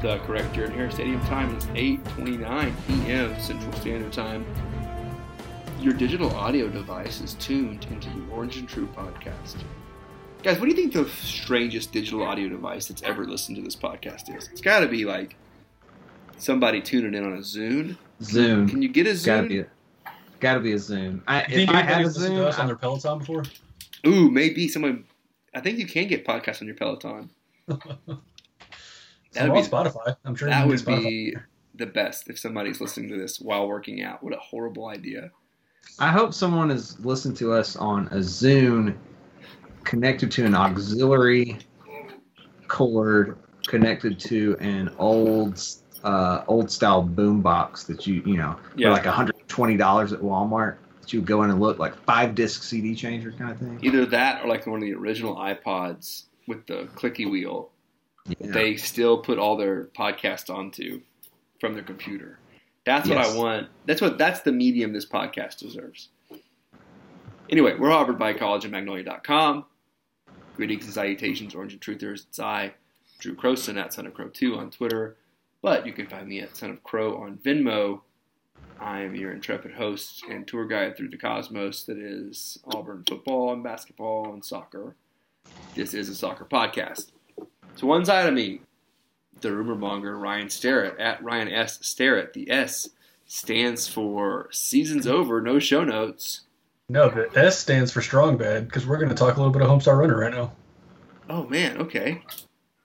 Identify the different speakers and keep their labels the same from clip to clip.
Speaker 1: The correct Jordan Hare Stadium time is 8:29 p.m. Central Standard Time. Your digital audio device is tuned into the Orange and True podcast. Guys, what do you think the strangest digital audio device that's ever listened to this podcast is? It's got to be like somebody tuning in on a Zune.
Speaker 2: Zoom.
Speaker 1: Can you get a
Speaker 2: gotta be
Speaker 1: Zune?
Speaker 2: a, gotta be a Zoom. I,
Speaker 3: You think
Speaker 2: if I had a
Speaker 3: anybody's listened to
Speaker 2: Zoom,
Speaker 3: us on their Peloton before?
Speaker 1: Ooh, maybe someone. I think you can get podcasts on your Peloton.
Speaker 3: It's on
Speaker 1: would be-
Speaker 3: Spotify. I'm sure
Speaker 1: That
Speaker 3: you can
Speaker 1: would
Speaker 3: get Spotify.
Speaker 1: be the best if somebody's listening to this while working out. What a horrible idea.
Speaker 2: I hope someone has listened to us on a Zoom connected to an auxiliary cord connected to an old uh, old style boom box that you you know
Speaker 1: Yeah.
Speaker 2: for like $120 at Walmart that you would go in and look like five disc CD changer kind of thing.
Speaker 1: Either that or like one of the original iPods with the clicky wheel that
Speaker 2: Yeah.
Speaker 1: they still put all their podcasts onto from their computer. That's what
Speaker 2: Yes.
Speaker 1: I want. That's what that's the medium this podcast deserves. Anyway, we're Harvard by College and Magnolia.com. Greetings and salutations, Orange and Truthers. It's I, Drew Croson at Son of Crow 2 on Twitter. But you can find me at Son of Crow on Venmo. I am your intrepid host and tour guide through the cosmos that is Auburn football and basketball and soccer. This is a soccer podcast. To one side of me, the rumor monger Ryan Starrett at Ryan S. Starrett. The S stands for season's over, no show notes.
Speaker 3: No, the S stands for strong bad because we're going to talk a little bit of Homestar Runner right now.
Speaker 1: Oh man, okay.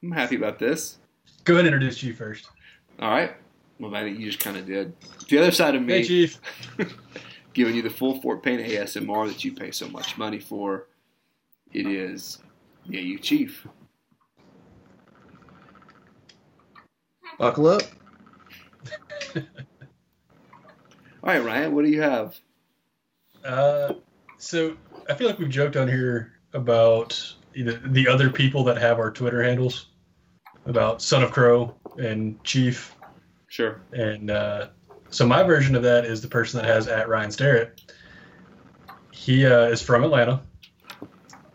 Speaker 1: I'm happy about this.
Speaker 3: Go ahead and introduce you first.
Speaker 1: All right. Well, I think you just kind of did. The other side of me.
Speaker 3: Hey, Chief.
Speaker 1: giving you the full Fort Payne ASMR that you pay so much money for. It is yeah, you chief.
Speaker 2: Buckle up.
Speaker 1: All right, Ryan, what do you have?
Speaker 3: Uh, so I feel like we've joked on here about either the other people that have our Twitter handles, about Son of Crow and Chief
Speaker 1: Sure.
Speaker 3: And uh, so my version of that is the person that has at Ryan Starrett. He uh, is from Atlanta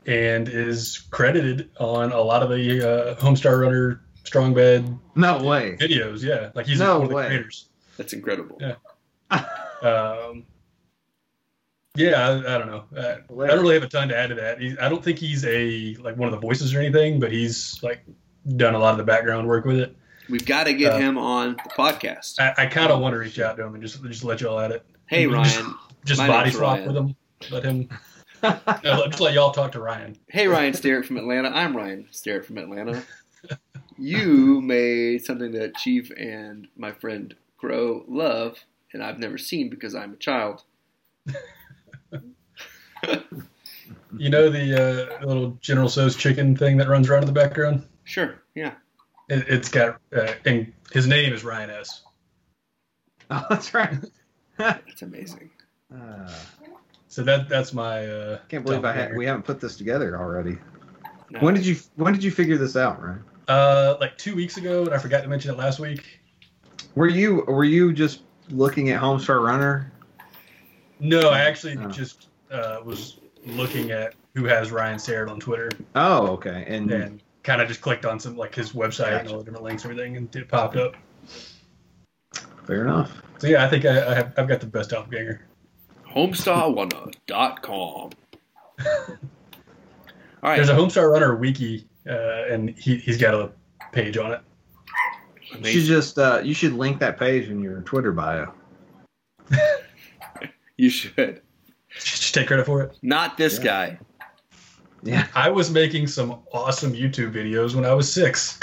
Speaker 3: and is credited on a lot of the uh, Homestar Runner Strong Bad
Speaker 2: No way.
Speaker 3: videos. Yeah, like he's
Speaker 2: No
Speaker 3: one of the
Speaker 2: way.
Speaker 3: creators.
Speaker 1: That's incredible.
Speaker 3: Yeah. Um, yeah, I, I don't know. I, I don't really have a ton to add to that. He, I don't think he's a like one of the voices or anything, but he's like done a lot of the background work with it.
Speaker 1: We've got to get
Speaker 3: Uh,
Speaker 1: him on the podcast.
Speaker 3: I, I kind of want to reach out to him and just just let y'all at it.
Speaker 1: Hey,
Speaker 3: just-
Speaker 1: Ryan.
Speaker 3: just
Speaker 1: My
Speaker 3: body
Speaker 1: name's
Speaker 3: swap
Speaker 1: Ryan.
Speaker 3: with him. Let him. No, let- just let y'all talk to Ryan.
Speaker 1: Hey, Ryan Starrett from Atlanta. I'm Ryan Starrett from Atlanta. You made something that Chief and my friend Crow love, and I've never seen because I'm a child.
Speaker 3: You know the uh, little General So's chicken thing that runs around in the background.
Speaker 1: Sure. Yeah.
Speaker 3: It, it's got uh, and his name is Ryan S.
Speaker 2: Oh, that's right.
Speaker 1: That's amazing.
Speaker 2: Uh,
Speaker 3: So that that's my. Uh,
Speaker 2: can't believe I
Speaker 3: top
Speaker 2: ha-
Speaker 3: player.
Speaker 2: we haven't put this together already.
Speaker 1: No.
Speaker 2: When did you when did you figure this out, Ryan?
Speaker 3: Uh, like two weeks ago, and I forgot to mention it last week.
Speaker 2: Were you were you just looking at Homestar Runner?
Speaker 3: No, I actually
Speaker 2: Oh.
Speaker 3: just uh, was looking at who has Ryan Sarrett on Twitter
Speaker 2: Oh, okay. And
Speaker 3: and kind of just clicked on some like his website and all the different links and everything, and it popped up.
Speaker 2: fair enough.
Speaker 3: So yeah, I think I, I have, I've got the best doppelganger.
Speaker 1: Homestarwanna.com. All right.
Speaker 3: There's a Homestar Runner wiki, uh, and he, he's got a page on it.
Speaker 2: You should just uh, you should link that page in your Twitter bio.
Speaker 1: You should.
Speaker 3: Just take credit for it.
Speaker 1: Not this guy.
Speaker 2: Yeah.
Speaker 3: I was making some awesome YouTube videos when I was six.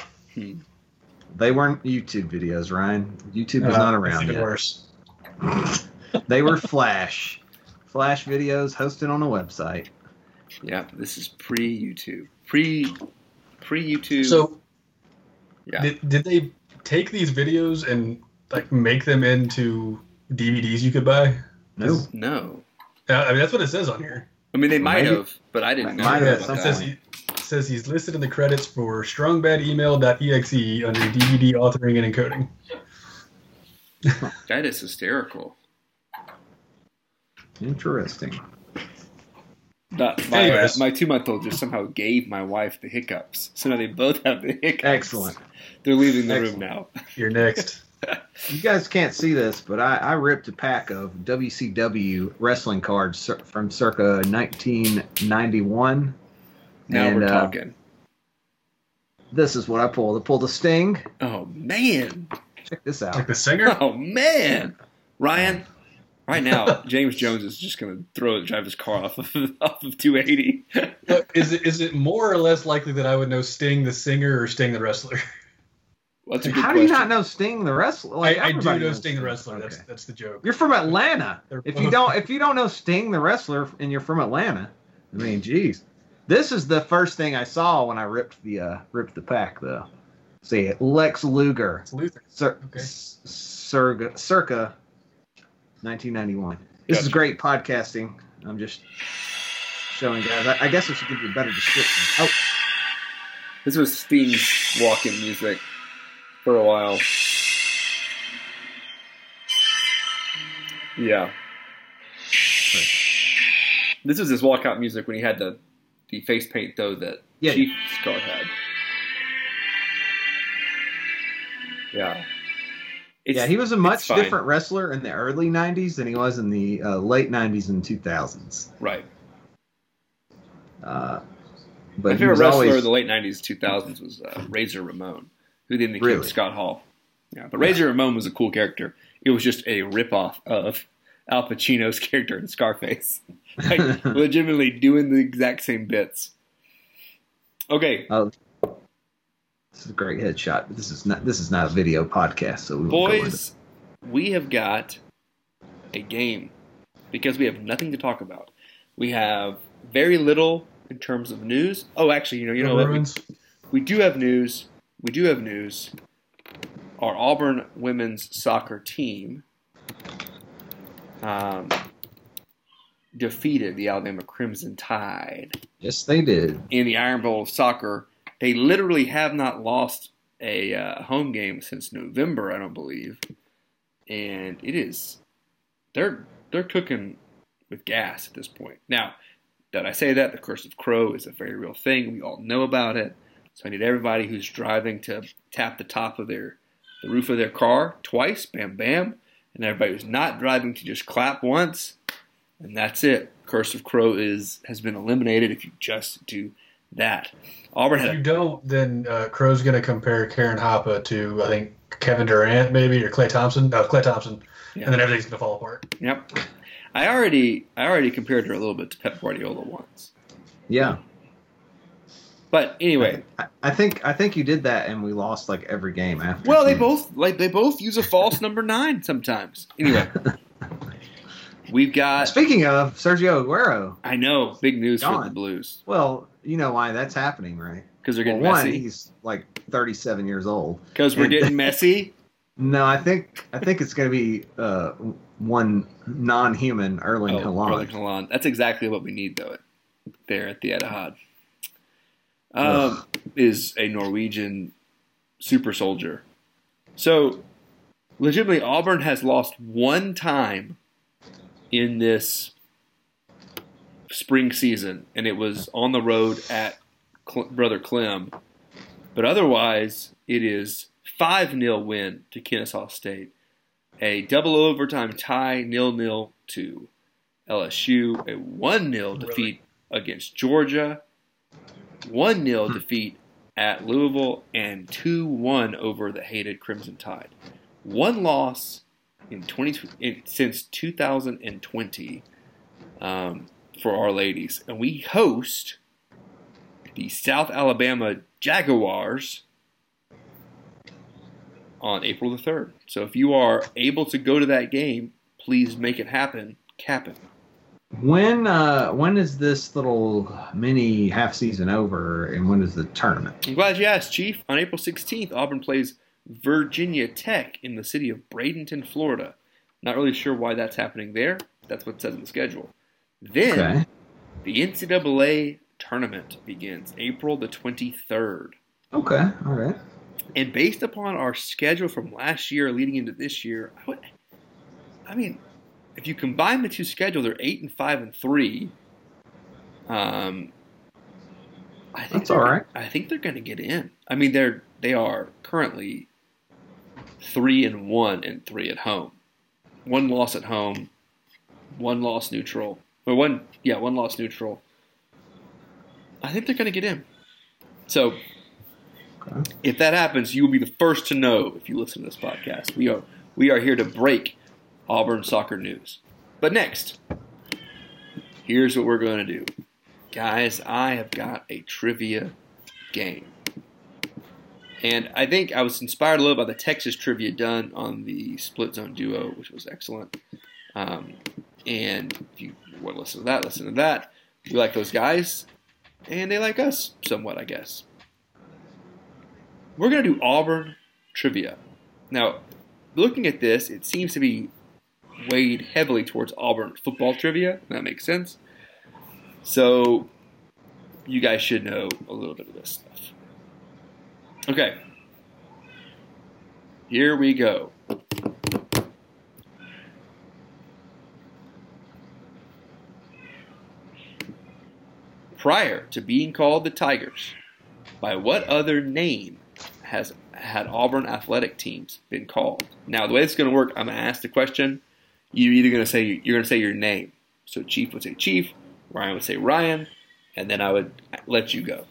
Speaker 2: They weren't YouTube videos, Ryan. YouTube was
Speaker 3: Uh,
Speaker 2: not
Speaker 3: It's
Speaker 2: around
Speaker 3: even
Speaker 2: yet.
Speaker 3: worse.
Speaker 2: They were Flash, Flash videos hosted on a website.
Speaker 1: Yeah, this is pre YouTube, pre pre YouTube.
Speaker 3: So,
Speaker 1: Yeah.
Speaker 3: did, did they take these videos and like make them into DVDs you could buy?
Speaker 2: No,
Speaker 1: no,
Speaker 3: Uh, I mean, that's what it says on here.
Speaker 1: I mean they might
Speaker 2: Maybe-
Speaker 1: have, but I didn't know.
Speaker 2: Might
Speaker 1: about
Speaker 2: have
Speaker 3: It
Speaker 2: something.
Speaker 1: that.
Speaker 3: says, he, it says he's listed in the credits for strongbademail.exe E under DVD authoring and encoding.
Speaker 1: That is hysterical.
Speaker 2: interesting.
Speaker 1: That- my, uh,
Speaker 3: Anyways.
Speaker 1: my two month old just somehow gave my wife the hiccups. So now they both have the hiccups.
Speaker 2: Excellent.
Speaker 1: They're leaving the
Speaker 2: Excellent.
Speaker 1: room now.
Speaker 3: You're next.
Speaker 2: You guys can't see this, but I, I ripped a pack of WCW wrestling cards cir- from circa 1991.
Speaker 1: Now
Speaker 2: And,
Speaker 1: we're
Speaker 2: uh,
Speaker 1: talking.
Speaker 2: This is what I pulled. I pulled a Sting.
Speaker 1: Oh man.
Speaker 2: Check this
Speaker 3: Like
Speaker 2: out.
Speaker 3: the singer?
Speaker 1: Oh man. Ryan. Right now, James Jones is just going to throw drive his car off of off of 280.
Speaker 3: Look, is it is it more or less likely that I would know Sting the singer or Sting the wrestler?
Speaker 1: That's a good
Speaker 2: How do
Speaker 1: question.
Speaker 2: you not know Sting the wrestler? Like,
Speaker 3: I, I do
Speaker 2: everybody
Speaker 3: know
Speaker 2: knows
Speaker 3: Sting the wrestler. That's
Speaker 2: Okay.
Speaker 3: that's the joke.
Speaker 2: You're from Atlanta.
Speaker 3: They're
Speaker 2: If
Speaker 3: both-
Speaker 2: you don't, if you don't know Sting the wrestler, and you're from Atlanta, I mean, geez, this is the first thing I saw when I ripped the uh, ripped the pack, though. See it, Lex Luger,
Speaker 3: It's Luther.
Speaker 2: cir-
Speaker 3: Okay.
Speaker 2: s- circa, circa 1991. This is
Speaker 1: Gotcha.
Speaker 2: great podcasting. I'm just showing guys. I, I guess I should give you a better description. Oh,
Speaker 1: This was Sting's walk-in music for a while. Yeah. This was his walkout music when he had the, the face paint though that
Speaker 2: Yeah.
Speaker 1: Chief Scott had. Yeah. It's,
Speaker 2: yeah, he was a
Speaker 1: it's
Speaker 2: much
Speaker 1: fine.
Speaker 2: different wrestler in the early 90s than he was in the uh, late 90s and 2000s.
Speaker 1: right.
Speaker 2: Uh,
Speaker 1: My
Speaker 2: but he
Speaker 1: favorite
Speaker 2: was
Speaker 1: wrestler
Speaker 2: always
Speaker 1: in the late '90s, 2000s was uh, Razor Ramon, who then became
Speaker 2: Really?
Speaker 1: Scott Hall. Yeah, but Razor Ramon was a cool character. It was just a ripoff of Al Pacino's character in Scarface, like legitimately doing the exact same bits. Okay,
Speaker 2: Oh. This is a great headshot. But this is not this is not a video podcast, so we won't go into
Speaker 1: boys, we have got a game because we have nothing to talk about. We have very little in terms of news. Oh, actually, you know, you know what? We-
Speaker 3: Ruins.
Speaker 1: We do have news. We do have news. Our Auburn women's soccer team um, defeated the Alabama Crimson Tide
Speaker 2: Yes, they did.
Speaker 1: in the Iron Bowl of soccer. They literally have not lost a uh, home game since November, I don't believe, and it is they're they're cooking with gas at this point. Now, that I say that the curse of crow is a very real thing. We all know about it. So I need everybody who's driving to tap the top of their the roof of their car twice, bam bam, and everybody who's not driving to just clap once. And that's it. Curse of Crow is has been eliminated if you just do that. Auburn
Speaker 3: If you
Speaker 1: had
Speaker 3: don't, then uh, Crow's going to compare Karen Hoppe to I think Kevin Durant maybe or Clay Thompson. No, Clay Thompson,
Speaker 1: Yeah.
Speaker 3: and then everything's going to fall apart.
Speaker 1: a yep. I already I already compared her a little bit to Pep Guardiola once.
Speaker 2: Yeah.
Speaker 1: But anyway,
Speaker 2: I, I think I think you did that and we lost like every game after.
Speaker 1: well they
Speaker 2: Hmm.
Speaker 1: both like they both use a false number nine sometimes. Anyway, we've got
Speaker 2: Speaking of Sergio Aguero,
Speaker 1: I know big news for
Speaker 2: Gone.
Speaker 1: the Blues
Speaker 2: well, you know why that's happening, right?
Speaker 1: because they're
Speaker 2: Well,
Speaker 1: getting
Speaker 2: one,
Speaker 1: messy
Speaker 2: he's like 37 years old.
Speaker 1: because we're getting messy.
Speaker 2: No, I think I think it's going to be uh, one non-human Erling
Speaker 1: Oh,
Speaker 2: Haaland.
Speaker 1: Erling Haaland. That's exactly what we need, though, there at the Etihad. Um,
Speaker 2: Ugh.
Speaker 1: is a Norwegian super soldier. So, legitimately, Auburn has lost one time in this spring season, and it was on the road at Cl- Brother Clem. But otherwise, it is 5 0 win to Kennesaw State, a double overtime tie, nil nil to LSU, a 1 0 defeat against Georgia, 1 0 defeat at Louisville, and 2 1 over the hated Crimson Tide. One loss in 20, in, since 2020 um, for our ladies. And we host the South Alabama Jaguars on April the 3rd. So if you are able to go to that game, please make it happen. Cap it.
Speaker 2: When uh, when is this little mini half season over, and when is the tournament?
Speaker 1: I'm glad you asked, Chief. On April 16th, Auburn plays Virginia Tech in the city of Bradenton, Florida. Not really sure why that's happening there. That's what it says in the schedule. Then
Speaker 2: Okay.
Speaker 1: the NCAA tournament begins April the 23rd.
Speaker 2: Okay. All right.
Speaker 1: And based upon our schedule from last year leading into this year, I, would, I mean, if you combine the two schedules, they're eight and five and three. Um, I think
Speaker 2: That's
Speaker 1: they're
Speaker 2: all
Speaker 1: gonna-
Speaker 2: right.
Speaker 1: I think they're going to get in. I mean, they're they are currently three and one and three at home, one loss at home, one loss neutral, or one yeah one loss neutral. I think they're going to get in. So if that happens, you will be the first to know if you listen to this podcast. We are we are here to break Auburn soccer news. But next, here's what we're going to do. Guys, I have got a trivia game. And I think I was inspired a little by the Texas trivia done on the Split Zone Duo, which was excellent. Um, and if you want to listen to that, listen to that. We like those guys, and they like us somewhat, I guess we're going to do Auburn trivia. Now, looking at this, it seems to be weighed heavily towards Auburn football trivia. and That makes sense. So, you guys should know a little bit of this stuff. Okay. Here we go. Prior to being called the Tigers, by what other name has had Auburn athletic teams been called? Now, the way this is going to work, I'm going to ask the question. You're either going to say you're going to say your name. So Chief would say Chief, Ryan would say Ryan, and then I would let you go.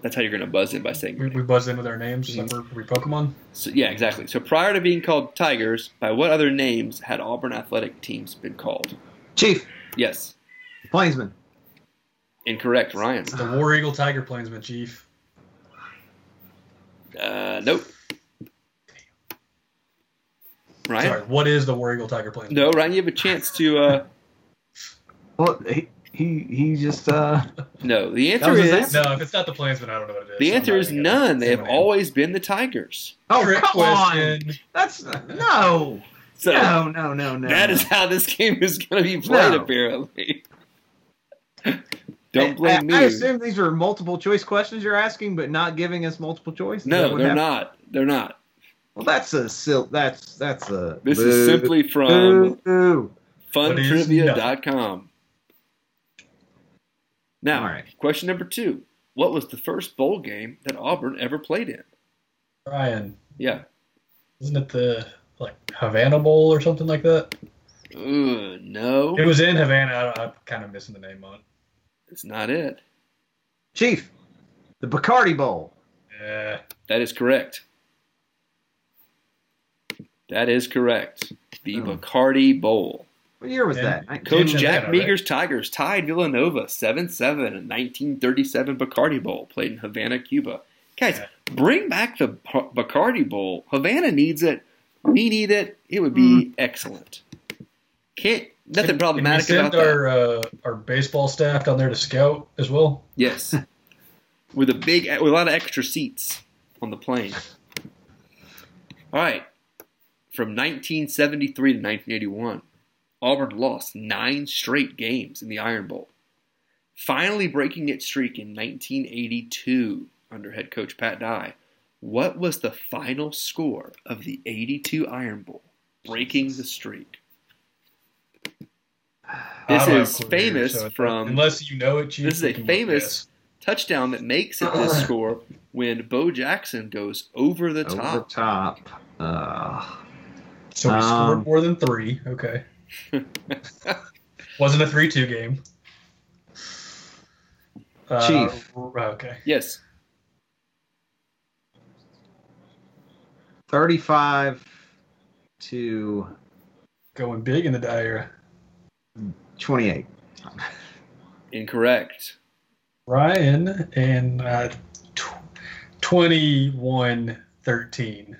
Speaker 1: That's how you're going to buzz in by saying your
Speaker 3: We,
Speaker 1: name.
Speaker 3: we buzz in with our names. Like
Speaker 2: Mm-hmm.
Speaker 3: we're, we Pokemon.
Speaker 1: So, yeah, exactly. So prior to being called Tigers, by what other names had Auburn athletic teams been called?
Speaker 2: Chief
Speaker 1: Yes,
Speaker 2: Plainsman.
Speaker 1: incorrect, Ryan.
Speaker 3: The
Speaker 2: Ah.
Speaker 3: War Eagle Tiger Plainsman Chief.
Speaker 1: Uh, nope. Ryan.
Speaker 3: Sorry, what is the War Eagle Tiger Plainsman?
Speaker 1: No, Ryan, you have a chance to. Uh,
Speaker 2: Well, he he, he just uh.
Speaker 1: no, the
Speaker 2: That
Speaker 1: answer
Speaker 2: was his
Speaker 1: is
Speaker 2: answer?
Speaker 3: No, if it's not the Plainsman, I don't know what it is.
Speaker 1: the
Speaker 3: I'm
Speaker 1: answer
Speaker 3: not
Speaker 1: is
Speaker 3: even gonna
Speaker 1: none. They
Speaker 3: say
Speaker 1: have
Speaker 3: my name.
Speaker 1: always been the Tigers.
Speaker 2: Oh
Speaker 3: Trick
Speaker 2: come
Speaker 3: question.
Speaker 2: on! That's no,
Speaker 1: So
Speaker 2: no, no, no, no.
Speaker 1: that
Speaker 2: no.
Speaker 1: is how this game is going to be played,
Speaker 2: No.
Speaker 1: apparently. Don't
Speaker 2: I,
Speaker 1: blame me.
Speaker 2: I assume these are multiple choice questions you're asking, but not giving us multiple choice. Is that
Speaker 1: no,
Speaker 2: what
Speaker 1: they're
Speaker 2: happened?
Speaker 1: not. They're not.
Speaker 2: Well, that's a sil- that's that's a.
Speaker 1: This is simply from
Speaker 2: Boo, boo.
Speaker 3: But it is not.
Speaker 1: funtrivia.com. Now,
Speaker 2: All right.
Speaker 1: question number two. What was the first bowl game that Auburn ever played in?
Speaker 3: Ryan,
Speaker 1: Yeah.
Speaker 3: isn't it the like Havana Bowl or something like that?
Speaker 1: Ugh, no,
Speaker 3: It was in Havana. I don't, I'm kind of missing the name on it.
Speaker 1: it's not it.
Speaker 2: Chief, the Bacardi Bowl.
Speaker 3: Yeah.
Speaker 1: That is correct. That is correct. The
Speaker 2: Oh.
Speaker 1: Bacardi Bowl.
Speaker 2: What year was
Speaker 3: And
Speaker 2: that? Nin-
Speaker 3: Coach
Speaker 1: Coach Jack
Speaker 3: Atlanta, right?
Speaker 1: Meager's Tigers tied Villanova 7 7 in 1937 Bacardi Bowl, played in Havana, Cuba. Guys, bring back the Pa- Bacardi Bowl. Havana needs it. We need it. It would be excellent. Can't nothing
Speaker 3: Hmm. Can-
Speaker 1: problematic
Speaker 3: can we
Speaker 1: about
Speaker 3: send
Speaker 1: that.
Speaker 3: our, Uh, our baseball staff down there to scout as well.
Speaker 1: Yes, with a big, with a lot of extra seats on the plane. All right, from 1973 to 1981, Auburn lost nine straight games in the Iron Bowl, finally breaking its streak in 1982 under head coach Pat Dye. What was the final score of the 82 Iron Bowl, breaking the streak? This
Speaker 3: I don't have
Speaker 1: is
Speaker 3: a clue either,
Speaker 1: famous
Speaker 3: so it's-
Speaker 1: from
Speaker 3: Unless you know it, Chief,
Speaker 1: this is
Speaker 3: you
Speaker 1: a
Speaker 3: can
Speaker 1: famous touchdown that makes it this score when Bo Jackson goes over the
Speaker 2: Over
Speaker 1: top.
Speaker 2: oh, top. Uh,
Speaker 3: guess. So we
Speaker 2: Um,
Speaker 3: scored more than three. Okay. Wasn't a three-two game. Uh,
Speaker 2: Chief.
Speaker 3: r- Okay.
Speaker 1: Yes,
Speaker 2: 35 to
Speaker 3: Going big in the dye era.
Speaker 2: 28.
Speaker 1: incorrect.
Speaker 3: Ryan and uh, tw- 21 13.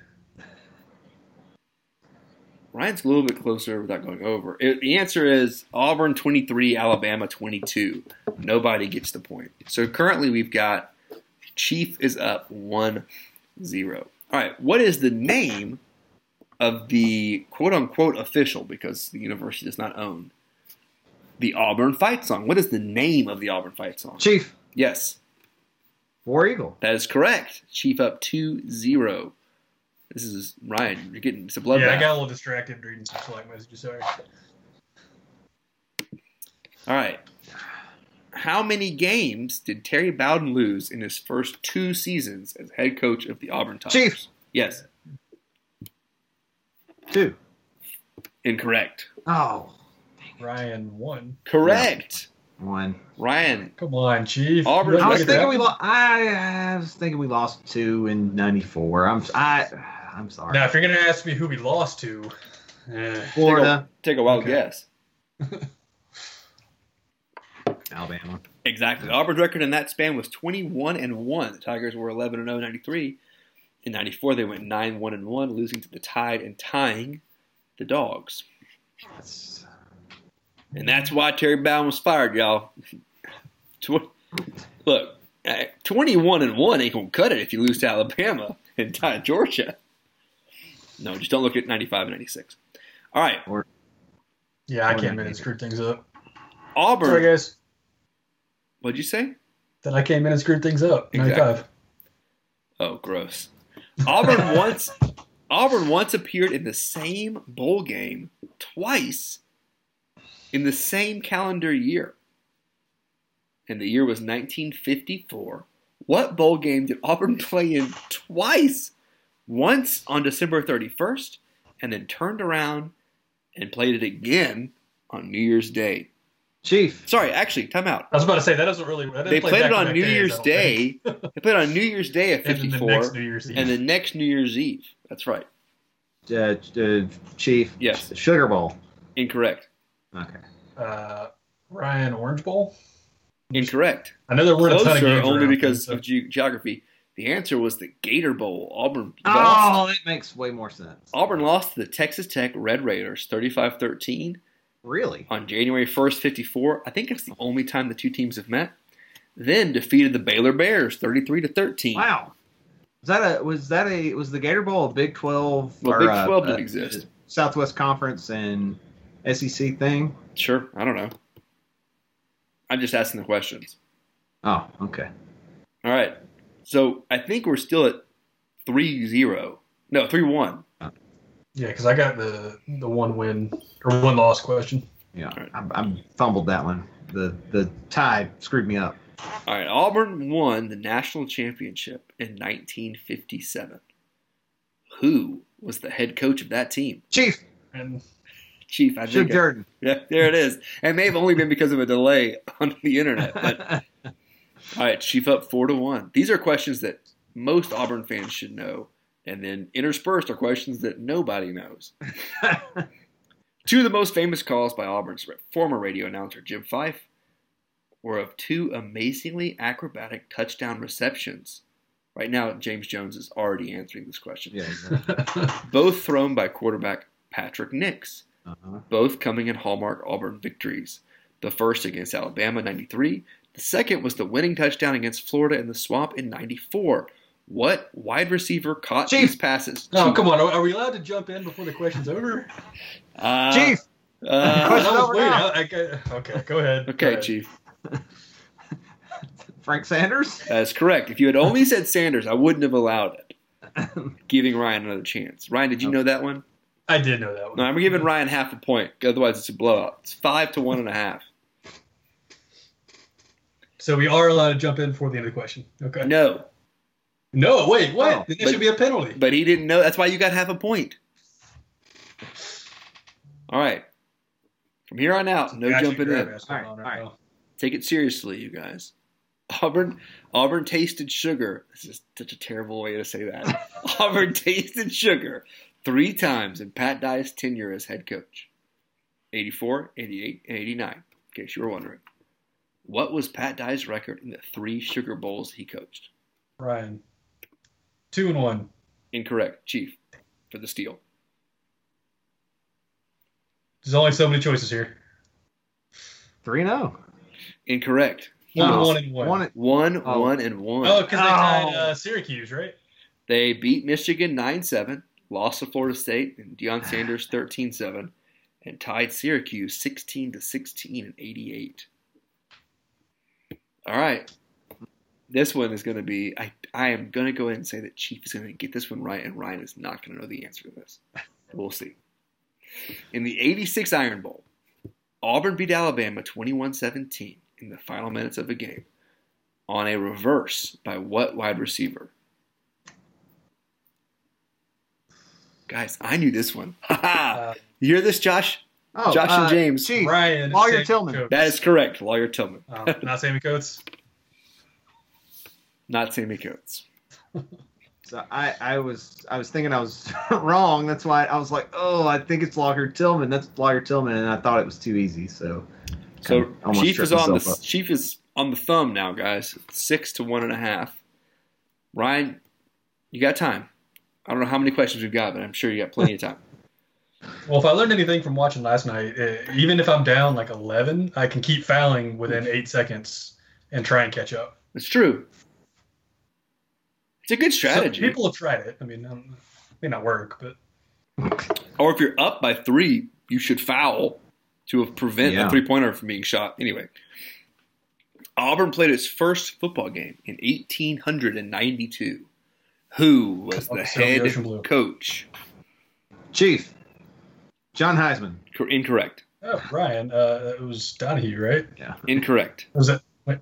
Speaker 1: Ryan's a little bit closer without going over. It, the answer is Auburn 23, Alabama 22. Nobody gets the point. So currently we've got Chief is up 1 0. All right, what is the name of the quote unquote official, because the university does not own the Auburn fight song? What is the name of the Auburn fight song?
Speaker 2: Chief,
Speaker 1: Yes,
Speaker 2: War Eagle.
Speaker 1: that is correct. Chief up 2 0. This is Ryan. You're getting it's a bloodbath.
Speaker 3: yeah, I got a little distracted reading some Slack messages. Sorry.
Speaker 1: All right. How many games did Terry Bowden lose in his first two seasons as head coach of the Auburn Tigers?
Speaker 2: Chiefs.
Speaker 1: Yes,
Speaker 2: Two.
Speaker 1: incorrect.
Speaker 2: Oh,
Speaker 3: Ryan won.
Speaker 1: Correct.
Speaker 2: one.
Speaker 1: Ryan,
Speaker 3: Come on, Chief.
Speaker 1: Auburn-
Speaker 3: You
Speaker 2: I
Speaker 3: wanna
Speaker 2: was
Speaker 3: look at
Speaker 2: thinking
Speaker 3: that?
Speaker 2: we lost. I, I was thinking we lost two in '94. I'm I, I'm sorry.
Speaker 3: Now, if you're gonna ask me who we lost to, eh,
Speaker 2: Florida,
Speaker 1: take a wild
Speaker 3: Okay.
Speaker 1: guess.
Speaker 2: Alabama.
Speaker 1: Exactly. Auburn's record in that span was 21 and 1. The Tigers were 11 and 0 in 93. In 94, they went 9 1 and 1, losing to the Tide and tying the Dogs.
Speaker 2: That's,
Speaker 1: And that's why Terry Bowden was fired, y'all. Tw- Look, eh, 21 and 1 ain't going to cut it if you lose to Alabama and tie Georgia. No, just don't look at 95 and 96. All right,
Speaker 3: yeah, I
Speaker 2: Florida
Speaker 3: came in
Speaker 2: maybe.
Speaker 3: and screwed things up.
Speaker 1: Auburn.
Speaker 3: Sorry, guys,
Speaker 1: What'd you say?
Speaker 3: that I came in and screwed things up.
Speaker 1: Exactly.
Speaker 3: 95.
Speaker 1: Oh, gross. Auburn once Auburn once appeared in the same bowl game twice in the same calendar year. And the year was 1954. What bowl game did Auburn play in twice? Once on December 31st and then turned around and played it again on New Year's Day.
Speaker 2: Chief.
Speaker 1: Sorry, actually, time out.
Speaker 3: I was about to say that doesn't really. that didn't
Speaker 1: They
Speaker 3: play
Speaker 1: played it on
Speaker 3: back-to-back
Speaker 1: New
Speaker 3: days, I
Speaker 1: Year's
Speaker 3: don't think.
Speaker 1: Day. They played on New Year's Day of
Speaker 3: And then
Speaker 1: 54
Speaker 3: the next New Year's Eve.
Speaker 1: and the next New Year's Eve. That's right.
Speaker 2: Uh, uh, Chief.
Speaker 1: Yes.
Speaker 2: Sugar Bowl.
Speaker 1: Incorrect.
Speaker 2: Okay.
Speaker 3: uh, Ryan Orange Bowl.
Speaker 1: Incorrect.
Speaker 3: I know there were a ton of
Speaker 1: Closer
Speaker 3: games
Speaker 1: only
Speaker 3: around
Speaker 1: because
Speaker 3: then,
Speaker 1: of ge- geography. The answer was the Gator Bowl. Auburn lost.
Speaker 2: Oh, that makes way more sense.
Speaker 3: Oh.
Speaker 1: Auburn lost to the Texas Tech Red Raiders 35-13
Speaker 2: Really?
Speaker 1: on January 1st, 54. I think it's the only time the two teams have met. Then defeated the Baylor Bears 33 to 13.
Speaker 2: Wow. Was that a was that a was the Gator Bowl a Big Twelve?
Speaker 1: Well,
Speaker 2: or
Speaker 1: Big
Speaker 2: a-
Speaker 1: 12 didn't
Speaker 2: a
Speaker 1: exist.
Speaker 2: Southwest Conference and SEC thing.
Speaker 1: Sure, I don't know. I'm just asking the questions.
Speaker 2: Oh, okay.
Speaker 1: All right. So, I think we're still at 3-0. No, 3-1.
Speaker 3: yeah, because I got the the one win or one loss question.
Speaker 2: Yeah,
Speaker 1: All right.
Speaker 2: I, I fumbled that one. The the tie screwed me up.
Speaker 1: All right, Auburn won the national championship in 1957. Who was the head coach of that team?
Speaker 2: Chief,
Speaker 3: And
Speaker 1: Chief, I
Speaker 2: Chief
Speaker 1: think.
Speaker 2: Jordan.
Speaker 1: Yeah, there it is. And may have only been because of a delay on the internet. But
Speaker 2: That's
Speaker 1: all right, Chief up four to one. These are questions that most Auburn fans should know, and then interspersed are questions that nobody knows. Two of the most famous calls by Auburn's former radio announcer Jim Fife were of two amazingly acrobatic touchdown receptions. Right now, James Jones is already answering this question.
Speaker 2: yeah, exactly.
Speaker 1: Both thrown by quarterback Patrick Nix,
Speaker 2: Uh-huh.
Speaker 1: both coming in hallmark Auburn victories. The first against Alabama 93, the second was the winning touchdown against Florida in the swamp in 94. What wide receiver caught
Speaker 2: Chief.
Speaker 1: these passes?
Speaker 3: oh, come on, are, are we allowed to jump in before the question's over? Oh,
Speaker 1: Uh,
Speaker 2: Chief,
Speaker 1: uh,
Speaker 3: That was
Speaker 2: over
Speaker 3: weird.
Speaker 2: now.
Speaker 3: I- I got- okay, go ahead. Go
Speaker 1: okay,
Speaker 3: ahead.
Speaker 1: Chief.
Speaker 2: Frank Sanders.
Speaker 1: That is correct. If you had only said Sanders, I wouldn't have allowed it. Giving Ryan another chance. Ryan, did you know that one?
Speaker 3: I did know that one.
Speaker 1: No, I'm giving Ryan half a point. Otherwise, it's a blowout. It's five to one and a half.
Speaker 3: So we are allowed to jump in before the end of the question. Okay. No,
Speaker 1: No,
Speaker 3: wait, what?
Speaker 2: Oh,
Speaker 3: Then there
Speaker 1: but-
Speaker 3: should be a penalty.
Speaker 1: but he didn't know. That's why you got half a point. All right. From here on out, no
Speaker 3: Gotcha,
Speaker 1: jumping
Speaker 3: grab
Speaker 1: in.
Speaker 3: ass going
Speaker 2: All
Speaker 3: on
Speaker 2: right, all
Speaker 3: now.
Speaker 1: Take it seriously, you guys. Auburn, Auburn tasted sugar. This is such a terrible way to say that. Auburn tasted sugar three times in Pat Dye's tenure as head coach 84, 88, and 89, in case you were wondering. What was Pat Dye's record in the three Sugar Bowls he coached?
Speaker 3: Ryan, two and one.
Speaker 1: Incorrect, Chief, for the steal.
Speaker 3: There's only so many choices here.
Speaker 2: Three and oh.
Speaker 1: Incorrect.
Speaker 3: One,
Speaker 2: No.
Speaker 3: one, and one.
Speaker 2: One-
Speaker 1: One,
Speaker 2: Oh.
Speaker 1: one, and one.
Speaker 3: Oh, because they tied
Speaker 2: Oh.
Speaker 3: uh, Syracuse, right?
Speaker 1: They beat Michigan 9 7, lost to Florida State and Deion Sanders 13 7, and tied Syracuse 16 to 16 and 88. All right. This one is going to be. I, I am going to go ahead and say that Chief is going to get this one right, and Ryan is not going to know the answer to this. We'll see. In the 86 Iron Bowl, Auburn beat Alabama 21 17 in the final minutes of the game on a reverse by what wide receiver? Guys, I knew this one.
Speaker 3: Uh,
Speaker 1: you hear this, Josh?
Speaker 2: Oh,
Speaker 1: Josh and
Speaker 2: uh,
Speaker 1: James.
Speaker 2: Chief.
Speaker 3: Ryan.
Speaker 2: Lawyer
Speaker 3: Sammy
Speaker 2: Tillman.
Speaker 3: Coates.
Speaker 1: That is correct. Lawyer Tillman,
Speaker 3: Um, not Sammy Coates.
Speaker 1: not Sammy Coates.
Speaker 2: So I, I was I was thinking I was wrong. That's why I was like, oh, I think it's Lawyer Tillman. That's Lawyer Tillman, and I thought it was too easy. So
Speaker 1: So
Speaker 2: Kinda almost
Speaker 1: Chief
Speaker 2: tripped
Speaker 1: is on the
Speaker 2: myself up.
Speaker 1: Chief is on the thumb now, guys. Six to one and a half. Ryan, you got time. I don't know how many questions we've got, but I'm sure you got plenty of time.
Speaker 3: Well, if I learned anything from watching last night, uh, even if I'm down like 11, I can keep fouling within eight seconds and try and catch up.
Speaker 1: It's true. It's a good
Speaker 3: So
Speaker 1: strategy.
Speaker 3: people have tried it. I mean, I don't, it may not work, but
Speaker 1: or if you're up by three, you should foul to prevent
Speaker 2: Yeah.
Speaker 1: a three pointer from being shot. Anyway, Auburn played its first football game in 1892. Who was the
Speaker 3: Okay, so the
Speaker 1: head
Speaker 3: ocean blue.
Speaker 1: coach?
Speaker 2: Chief, John Heisman.
Speaker 1: Cor- incorrect.
Speaker 3: oh, Ryan, uh, it was Donahue, right?
Speaker 1: Incorrect.
Speaker 3: Was it? Wait,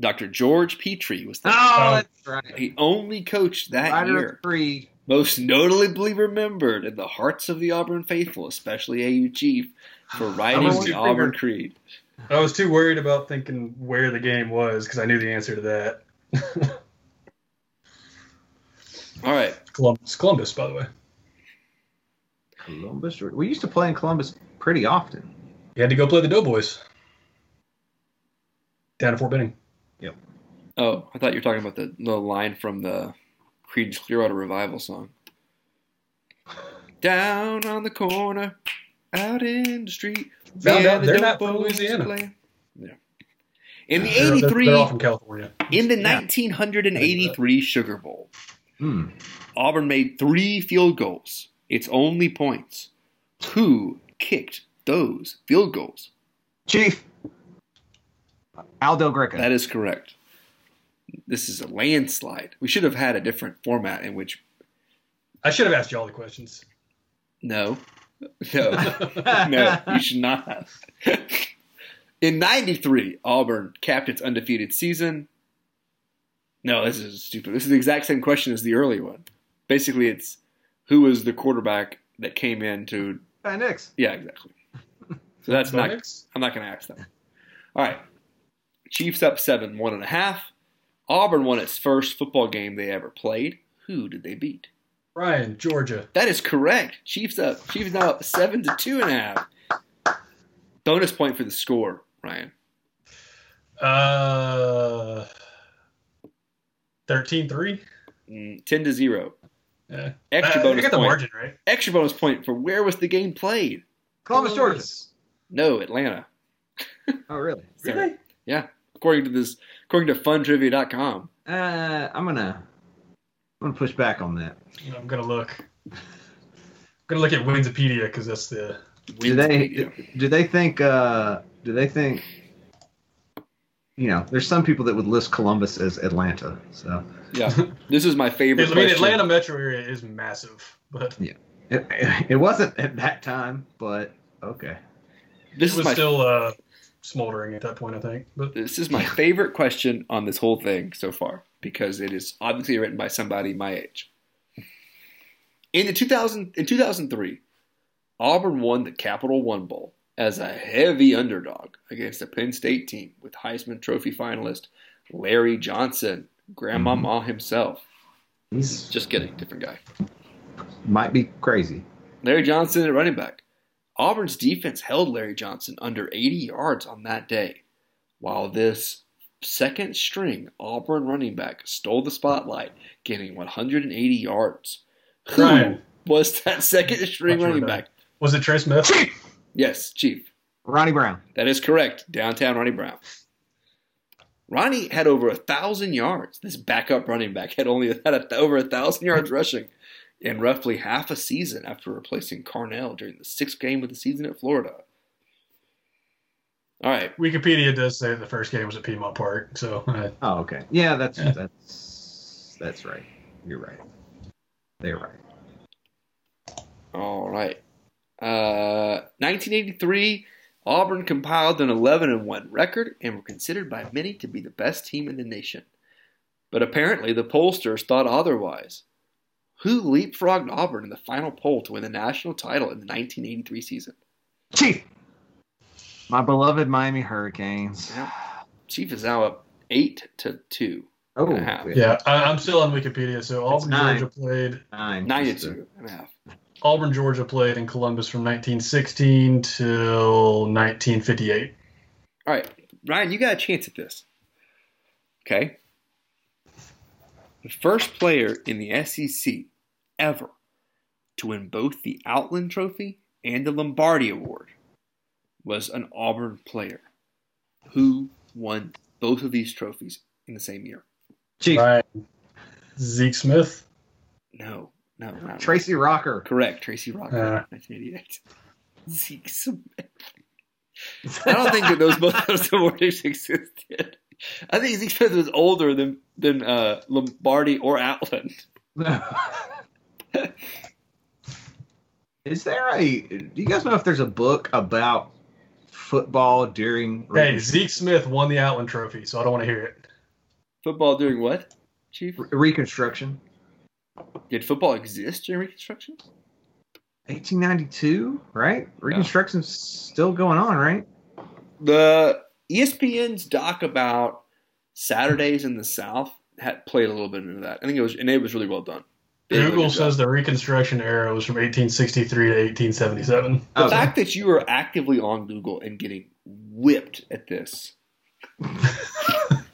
Speaker 1: Dr. George Petrie was the.
Speaker 2: Oh, that's right.
Speaker 1: He only coached that
Speaker 2: Rider
Speaker 1: year.
Speaker 2: of three.
Speaker 1: most notably remembered in the hearts of the Auburn faithful, especially AU Chief, for writing
Speaker 3: was
Speaker 1: the
Speaker 3: too
Speaker 1: Auburn Creed.
Speaker 3: I was too worried about thinking where the game was because I knew the answer to that.
Speaker 1: All right.
Speaker 3: Columbus, Columbus, by the way.
Speaker 2: Columbus. We used to play in Columbus pretty often.
Speaker 3: You had to go play the Doughboys down to Fort Benning.
Speaker 1: Oh, I thought you were talking about the, the line from the Creedence Clearwater Revival song. Down on the corner, out in the street.
Speaker 3: Found
Speaker 1: where
Speaker 3: out
Speaker 1: the
Speaker 3: they're not
Speaker 1: dope
Speaker 3: from
Speaker 1: boys
Speaker 3: Louisiana.
Speaker 1: play. Yeah. In the
Speaker 3: They're- they're-
Speaker 1: 83,
Speaker 3: they're all from California.
Speaker 1: in the 1983 Sugar Bowl,
Speaker 2: Hmm.
Speaker 1: Auburn made three field goals, its only points. Who kicked those field goals?
Speaker 2: Chief. Aldo Greco.
Speaker 1: That is correct. This is a landslide. We should have had a different format in which
Speaker 3: I should have asked you all the questions.
Speaker 1: no, no, no, you should not have. In '93, Auburn capped its undefeated season. No, this is stupid. This is the exact same question as the early one. Basically, it's who was the quarterback that came in to
Speaker 2: By Nix.
Speaker 1: Yeah, exactly. So that's
Speaker 3: Bo
Speaker 1: not.
Speaker 3: Nix?
Speaker 1: I'm not going to ask them. All right. Chiefs up seven, one and a half. Auburn won its first football game they ever played. Who did they beat?
Speaker 3: Ryan, Georgia.
Speaker 1: That is correct. Chiefs up. Chiefs now up seven to two and a half. Bonus point for the score, Ryan.
Speaker 3: Uh, 13-3.
Speaker 1: Mm, Ten to zero.
Speaker 3: Yeah.
Speaker 1: Extra
Speaker 3: Uh, I
Speaker 1: bonus
Speaker 3: got the
Speaker 1: point.
Speaker 3: margin right.
Speaker 1: Extra bonus point for where was the game played?
Speaker 2: Columbus, Georgia.
Speaker 1: No, Atlanta.
Speaker 2: Oh, really?
Speaker 1: So, Yeah. According to this, according to funtrivia.com.
Speaker 2: Uh, I'm gonna, I'm gonna push back on that.
Speaker 3: I'm gonna look. I'm gonna look at Wikipedia because that's the
Speaker 2: do they do they think uh do they think you know there's some people that would list columbus as atlanta so
Speaker 1: Yeah. This is my favorite.
Speaker 3: I mean,
Speaker 1: question.
Speaker 3: Atlanta metro area is massive, but
Speaker 2: it, it wasn't at that time but okay
Speaker 3: it
Speaker 1: This is
Speaker 3: was
Speaker 1: my
Speaker 3: still uh, smoldering at that point, I think. But
Speaker 1: this is my favorite question on this whole thing so far because it is obviously written by somebody my age. In the 2000 in 2003, Auburn won the Capital One Bowl as a heavy underdog against a Penn State team with Heisman Trophy finalist Larry Johnson, Grandma Ma himself.
Speaker 2: he's just
Speaker 1: Just kidding, different guy.
Speaker 2: might be crazy
Speaker 1: Larry Johnson at running back. Auburn's defense held Larry Johnson under 80 yards on that day, while this second string Auburn running back stole the spotlight, getting 180 yards. Who
Speaker 3: Ryan.
Speaker 1: was that second string
Speaker 3: Watch your
Speaker 1: running
Speaker 3: back.
Speaker 1: back?
Speaker 3: Was it Trey Smith?
Speaker 1: Yes, Chief.
Speaker 2: Ronnie Brown.
Speaker 1: That is correct. Downtown Ronnie Brown. Ronnie had over a thousand yards. This backup running back had only had a, over a thousand yards rushing in roughly half a season after replacing Carnell during the sixth game of the season at Florida. All right,
Speaker 3: Wikipedia does say the first game was at Piedmont Park, so uh,
Speaker 2: Oh, okay. Yeah, that's
Speaker 3: Yeah.
Speaker 2: that's that's right. You're right. They're right.
Speaker 1: all right. Uh, 1983, Auburn compiled an 11 and 1 record and were considered by many to be the best team in the nation. But apparently, the pollsters thought otherwise. Who leapfrogged Auburn in the final poll to win the national title in the 1983 season?
Speaker 2: Chief. My beloved Miami Hurricanes.
Speaker 1: Yeah. Chief is now up eight to two.
Speaker 2: Oh,
Speaker 1: And a half.
Speaker 3: yeah, I, I'm still on Wikipedia. So Auburn,
Speaker 2: nine.
Speaker 3: Georgia played
Speaker 2: Nine.
Speaker 1: Nine to
Speaker 2: Just a-
Speaker 1: two and a half.
Speaker 3: Auburn, Georgia played in Columbus from 1916 till 1958.
Speaker 1: All right, Ryan, you got a chance at this. Okay. The first player in the SEC ever to win both the Outland Trophy and the Lombardi Award was an Auburn player who won both of these trophies in the same year.
Speaker 2: Chief.
Speaker 3: Right. Zeke Smith.
Speaker 1: No, no, not
Speaker 2: Tracy Rocker.
Speaker 1: Correct, Tracy Rocker,
Speaker 3: Uh.
Speaker 1: 1988. Zeke Smith. I don't think that those both those awards existed. I think Zeke Smith was older than than uh, Lombardi or Outland.
Speaker 2: Is there a? Do you guys know if there's a book about football during?
Speaker 3: Hey, Zeke Smith won the Outland Trophy, so I don't want to hear it.
Speaker 1: Football during what, Chief?
Speaker 2: Re- Reconstruction,
Speaker 1: Did football exist during Reconstruction?
Speaker 2: 1892, right? Reconstruction's still going on, right?
Speaker 1: The E ESPN's doc about Saturdays in the South had played a little bit into that. I think it was, and it was really well done. They did a
Speaker 3: Google
Speaker 1: good job.
Speaker 3: says the Reconstruction era was from 1863 to 1877.
Speaker 1: The
Speaker 2: Oh,
Speaker 1: fact that you are actively on Google and getting whipped at this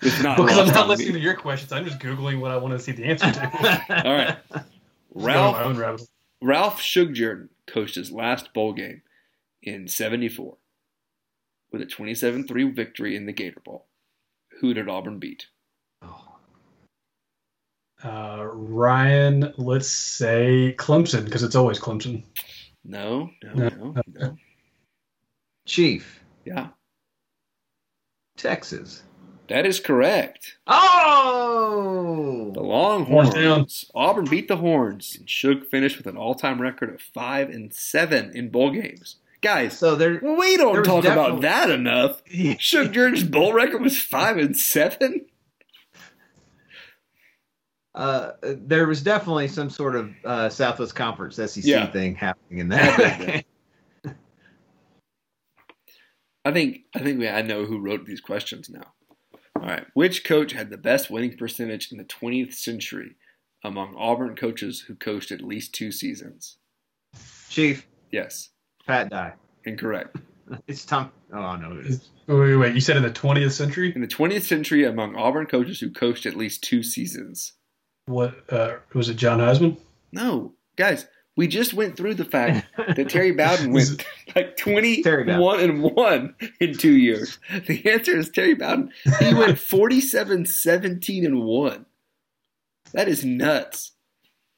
Speaker 1: is not
Speaker 3: Because I'm
Speaker 1: lost
Speaker 3: not
Speaker 1: on
Speaker 3: listening
Speaker 1: me.
Speaker 3: to your questions. I'm just Googling what I want to see the answer to.
Speaker 1: All right.
Speaker 3: Going my
Speaker 1: Ralph
Speaker 3: own rabbit hole.
Speaker 1: Ralph Shugjern coached his last bowl game in 74 with a 27-3 victory in the Gator Bowl. Who did Auburn beat?
Speaker 3: Uh, Ryan, let's say Clemson, because it's always Clemson.
Speaker 1: No, no, no, no.
Speaker 2: Chief,
Speaker 1: Yeah.
Speaker 2: Texas.
Speaker 1: That is correct.
Speaker 2: Oh,
Speaker 1: The Longhorns.
Speaker 3: Horns
Speaker 1: Auburn beat the Horns. And Shug finished with an all-time record of 5 and 7 in bowl games. Guys,
Speaker 2: so there.
Speaker 1: We
Speaker 2: There
Speaker 1: don't
Speaker 2: was
Speaker 1: talk about
Speaker 2: definitely-
Speaker 1: that enough.
Speaker 3: Mm.
Speaker 1: Shug Jordan's bowl record was five and seven.
Speaker 2: Uh, there was definitely some sort of uh, Southwest Conference SEC
Speaker 1: Yeah.
Speaker 2: thing happening in
Speaker 1: Yeah.
Speaker 2: that.
Speaker 1: I think I think we I know who wrote these questions now. All right, which coach had the best winning percentage in the 20th century among Auburn coaches who coached at least two seasons?
Speaker 2: Chief,
Speaker 1: Yes,
Speaker 2: Pat Dye.
Speaker 1: incorrect.
Speaker 2: It's Tom. Oh no, it is.
Speaker 3: Wait, wait, wait. You said in the 20th century?
Speaker 1: In the 20th century, among Auburn coaches who coached at least two seasons.
Speaker 3: What uh, was it, John Heisman?
Speaker 1: No, guys, we just went through the fact that Terry Bowden went like
Speaker 2: Terry Bowden.
Speaker 1: 21 and 1 in two years. The answer is Terry Bowden. He went 47 17 and 1. That is nuts.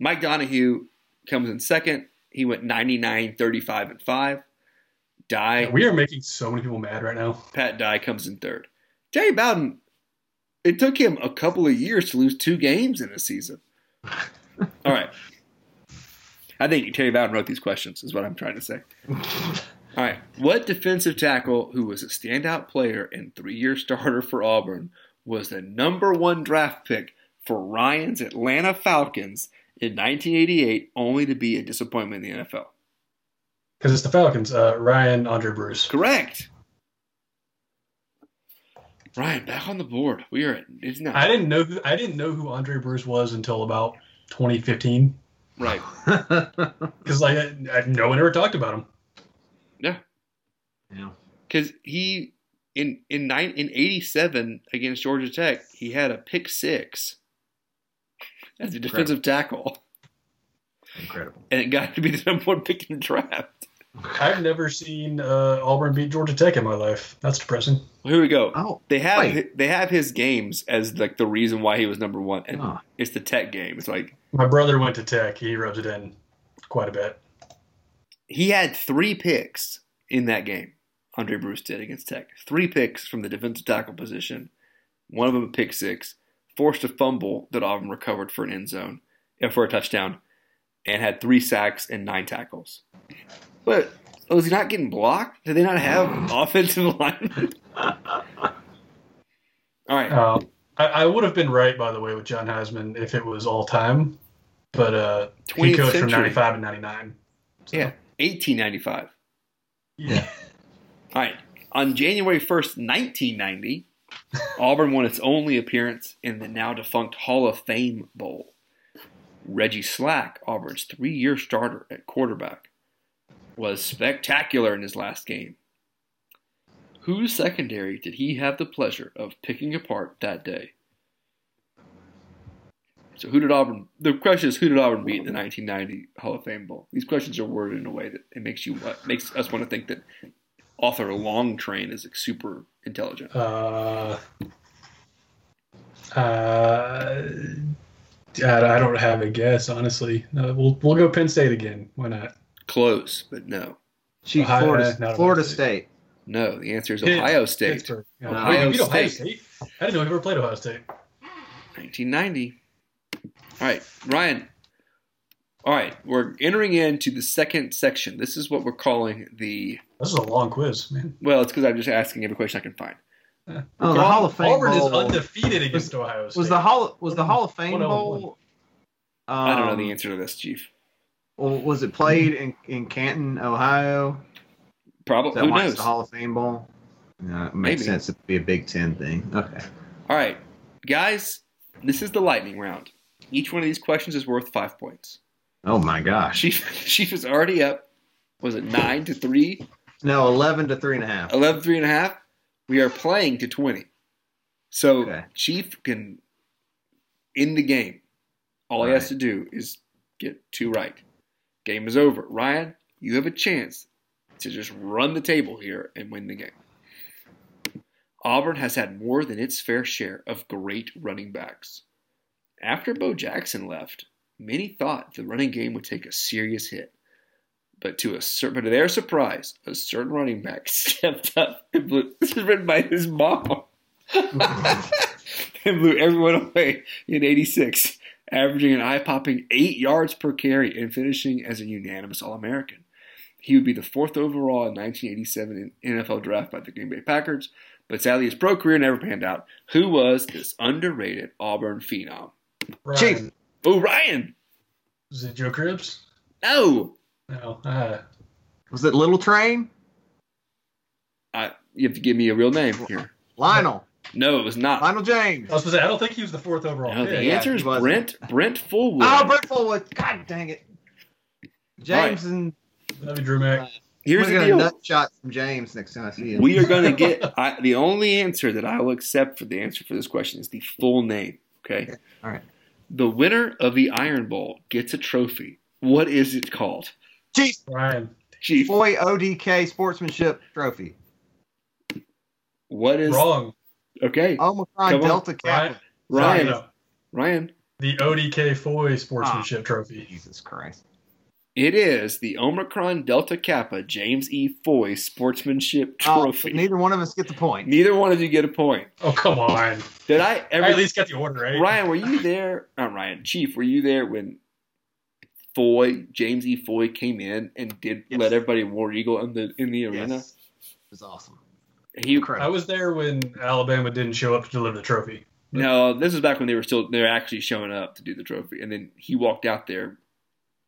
Speaker 1: Mike Donahue comes in second. He went 99 35 and 5. Die.
Speaker 3: We are making so many people mad right now.
Speaker 1: Pat Dye comes in third. Terry Bowden, it took him a couple of years to lose two games in a season. All right. I think Terry Bowden wrote these questions, is what I'm trying to say. All right. What defensive tackle who was a standout player and three year starter for Auburn was the number one draft pick for Ryan's Atlanta Falcons in 1988, only to be a disappointment in the NFL?
Speaker 3: Because it's the Falcons. Uh, Ryan, Andre Bruce.
Speaker 1: Correct. Ryan, back on the board. We are at it's not
Speaker 3: I didn't know. Who, I didn't know who Andre Bruce was until about 2015.
Speaker 1: right.
Speaker 3: Because like, I, I, no one ever talked about him.
Speaker 2: yeah.
Speaker 1: Because he in in nine in eighty seven against Georgia Tech, he had a pick six as a defensive tackle,
Speaker 2: Incredible.
Speaker 1: and it got to be the number one pick in the draft.
Speaker 3: I've never seen uh, Auburn beat Georgia Tech in my life. That's depressing.
Speaker 1: Well, here we go.
Speaker 2: Oh,
Speaker 1: they have
Speaker 2: wait.
Speaker 1: hi- they have his games as like the reason why he was number one, and
Speaker 2: Huh.
Speaker 1: it's the Tech game. It's like
Speaker 3: My brother went to Tech. He rubs it in quite a bit.
Speaker 1: he had three picks in that game. Andre Bruce did against Tech. Three picks from the defensive tackle position. One of them a pick six, forced a fumble that Auburn recovered for an end zone and for a touchdown, and had three sacks and nine tackles. But was he not getting blocked? Did they not have offensive line? All right.
Speaker 3: Uh, I, I would have been right, by the way, with John Heisman if it was all time, but uh, he
Speaker 1: 20th
Speaker 3: coached from
Speaker 1: century.
Speaker 3: 95 to 99.
Speaker 1: Yeah. 1895.
Speaker 3: Yeah.
Speaker 1: All right. On January 1st, 1990, Auburn won its only appearance in the now defunct Hall of Fame Bowl. Reggie Slack, Auburn's three year starter at quarterback, was spectacular in his last game. Whose secondary did he have the pleasure of picking apart that day? So, who did Auburn? The question is, who did Auburn beat in the 1990 Hall of Fame Bowl? These questions are worded in a way that it makes you makes us want to think that author Long Train is like, super intelligent.
Speaker 3: Uh, uh, I I don't have a guess, honestly. Uh, we'll, we'll go Penn State again. Why not?
Speaker 1: Close, but no,
Speaker 2: Gee,
Speaker 3: Ohio-
Speaker 2: Florida,
Speaker 3: not Ohio
Speaker 2: Florida
Speaker 3: State.
Speaker 2: State.
Speaker 1: no. The answer is
Speaker 3: Pitt-
Speaker 1: Ohio State,
Speaker 3: Pittsburgh.
Speaker 1: Ohio
Speaker 3: Ohio, State. Ohio
Speaker 1: State.
Speaker 3: State. I didn't know we ever played Ohio State.
Speaker 1: 1990. All right, Ryan. All right, we're entering into the second section. This is what we're calling the.
Speaker 3: This is a long quiz, man.
Speaker 1: Well, it's because I'm just asking every question I can find.
Speaker 2: Oh, the Hall of Fame
Speaker 3: Auburn
Speaker 2: Bowl.
Speaker 3: is undefeated against Ohio State.
Speaker 2: was the Hall was the Hall of Fame
Speaker 3: 101.
Speaker 2: Bowl?
Speaker 1: I don't know the
Speaker 2: um,
Speaker 1: answer to this, Chief.
Speaker 2: Well, was it played in, in Canton, Ohio? Is
Speaker 1: Probably.
Speaker 2: that
Speaker 1: Who
Speaker 2: why
Speaker 1: knows?
Speaker 2: it's the Hall of Fame Bowl? No, it makes
Speaker 1: Maybe.
Speaker 2: sense. It'd be a Big Ten thing. Okay.
Speaker 1: All right, guys. This is the lightning round. Each one of these questions is worth five points.
Speaker 2: Oh my gosh.
Speaker 1: Chief, Chief is already up. Was it nine to three?
Speaker 2: No, eleven to three and a half.
Speaker 1: 11 three and a half we are playing to 20 so
Speaker 2: Okay.
Speaker 1: chief can end the game all he
Speaker 2: Right.
Speaker 1: has to do is get two right game is over ryan you have a chance to just run the table here and win the game auburn has had more than its fair share of great running backs after bo jackson left many thought the running game would take a serious hit but to a certain, but to their surprise, a certain running back stepped up and blew. This is written by his mom. and blew everyone away in '86, averaging an eye-popping eight yards per carry and finishing as a unanimous All-American. He would be the fourth overall in 1987 in NFL draft by the Green Bay Packers, but sadly his pro career never panned out. Who was this underrated Auburn phenom?
Speaker 3: Ryan,
Speaker 2: Chief.
Speaker 1: Oh, Ryan!
Speaker 3: Is it Joe Cribs?
Speaker 1: No,
Speaker 3: No. Uh,
Speaker 2: Was it Little Train?
Speaker 1: I, you have to give me a real name here.
Speaker 2: Lionel.
Speaker 1: No, it was not.
Speaker 2: Lionel James.
Speaker 3: I was supposed to say I don't think he was the fourth overall.
Speaker 1: No, the
Speaker 3: pick.
Speaker 1: answer
Speaker 2: he
Speaker 1: is
Speaker 2: wasn't.
Speaker 1: Brent Brent Fullwood.
Speaker 2: Oh, Brett Fullwood. God dang it. James and
Speaker 3: That'd be Drew Mack.
Speaker 1: Here's the
Speaker 2: we're gonna
Speaker 1: deal.
Speaker 2: nut shot from James next time I see him.
Speaker 1: We are going to get I, the only answer that I will accept for the answer for this question is the full name. Okay.
Speaker 2: all right.
Speaker 1: The winner of the Iron Bowl gets a trophy. What is it called?
Speaker 2: Chief
Speaker 3: Ryan.
Speaker 1: Chief,
Speaker 2: Foy ODK Sportsmanship Trophy.
Speaker 1: what is
Speaker 3: Wrong.
Speaker 1: okay? Come
Speaker 2: Omicron
Speaker 1: on,
Speaker 2: Delta
Speaker 3: Ryan.
Speaker 2: Kappa.
Speaker 1: Ryan,
Speaker 3: Oh, No, no.
Speaker 1: Ryan,
Speaker 3: The ODK Foy Sportsmanship Trophy.
Speaker 2: Jesus Christ.
Speaker 1: it is the Omicron Delta Kappa James E. Foy Sportsmanship
Speaker 2: Oh,
Speaker 1: Trophy. neither-,
Speaker 2: neither one of us get the point.
Speaker 1: one of you get a point.
Speaker 3: Oh come on!
Speaker 1: Did I ever?
Speaker 3: I at least got the order right.
Speaker 1: Ryan, were you there? Not Ryan, Chief, were you there when Foy, James E. Foy came in and did
Speaker 2: Yes.
Speaker 1: let everybody war eagle in the in the arena?
Speaker 2: Yes. It was awesome.
Speaker 1: He
Speaker 3: I
Speaker 2: Incredible.
Speaker 3: was there when Alabama didn't show up to deliver the trophy.
Speaker 1: no, this is back when they were still they were actually showing up to do the trophy, and then he walked out there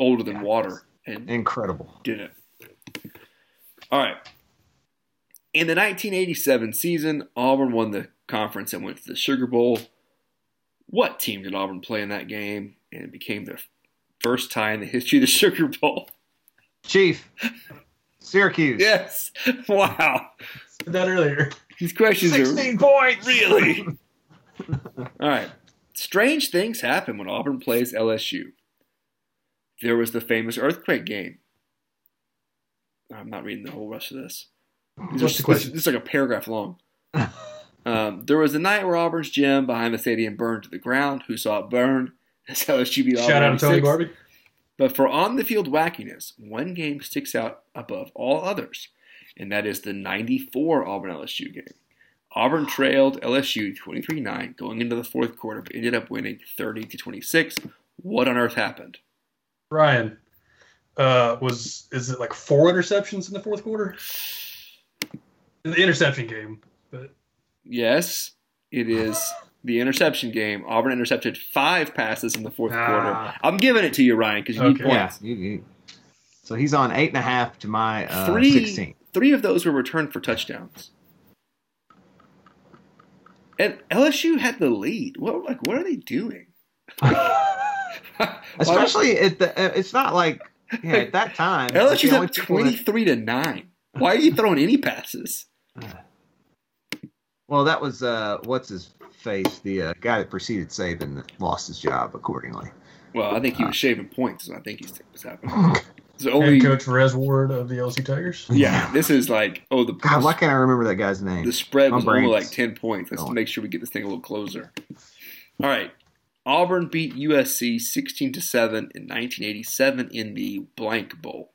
Speaker 1: older than
Speaker 2: Yeah.
Speaker 1: water and
Speaker 2: Incredible.
Speaker 1: did it. All right. In the 1987 season, Auburn won the conference and went to the Sugar Bowl. What team did Auburn play in that game? And it became their first tie in the history of the Sugar Bowl.
Speaker 2: Chief, Syracuse.
Speaker 1: Yes. Wow.
Speaker 3: Said that earlier.
Speaker 1: These questions are
Speaker 2: 16 points.
Speaker 1: really. All right. Strange things happen when Auburn plays LSU. There was the famous earthquake game. I'm not reading the whole rest of this.
Speaker 3: What's
Speaker 1: These are-
Speaker 3: the question?
Speaker 1: This is like a paragraph long. um, there was a night where Auburn's gym behind the stadium burned to the ground. Who saw it burn? That's how SU beat Auburn.
Speaker 3: Shout out to Tony
Speaker 1: 86.
Speaker 3: Barbie.
Speaker 1: But for on the field wackiness, one game sticks out above all others, and that is the 94 Auburn LSU game. Auburn trailed LSU 23 9 going into the fourth quarter, but ended up winning 30 to 26. What on earth happened?
Speaker 3: Ryan, uh, was is it like four interceptions in the fourth quarter? In the interception game, but
Speaker 1: Yes, it is the interception game. Auburn intercepted five passes in the fourth
Speaker 3: Ah.
Speaker 1: quarter. I'm giving it to you, Ryan, because you need
Speaker 3: Okay.
Speaker 1: points.
Speaker 2: Yeah. you- you- So he's on eight and a half to my uh,
Speaker 1: three,
Speaker 2: 16.
Speaker 1: three of those were returned for touchdowns. And LSU had the lead. What like what are they doing?
Speaker 2: Especially at the, uh, it's not like yeah, at that time.
Speaker 1: LSU's
Speaker 2: the only
Speaker 1: up
Speaker 2: people that-
Speaker 1: twenty three to nine. Why are you throwing any passes?
Speaker 2: well, that was uh, what's his face, the uh, guy that preceded Saban that lost his job accordingly.
Speaker 1: Well, I think he was shaving points. So I think he's what's happening. It's only
Speaker 3: head coach Rez Ward of the LSU Tigers.
Speaker 1: yeah. This is like oh the
Speaker 2: God, why can't I remember that guy's name?
Speaker 1: the spread
Speaker 2: My
Speaker 1: was only
Speaker 2: brain's
Speaker 1: like ten points. Let's
Speaker 2: going.
Speaker 1: make sure we get this thing a little closer. All right. Auburn beat USC sixteen to seven in nineteen eighty seven in the blank bowl.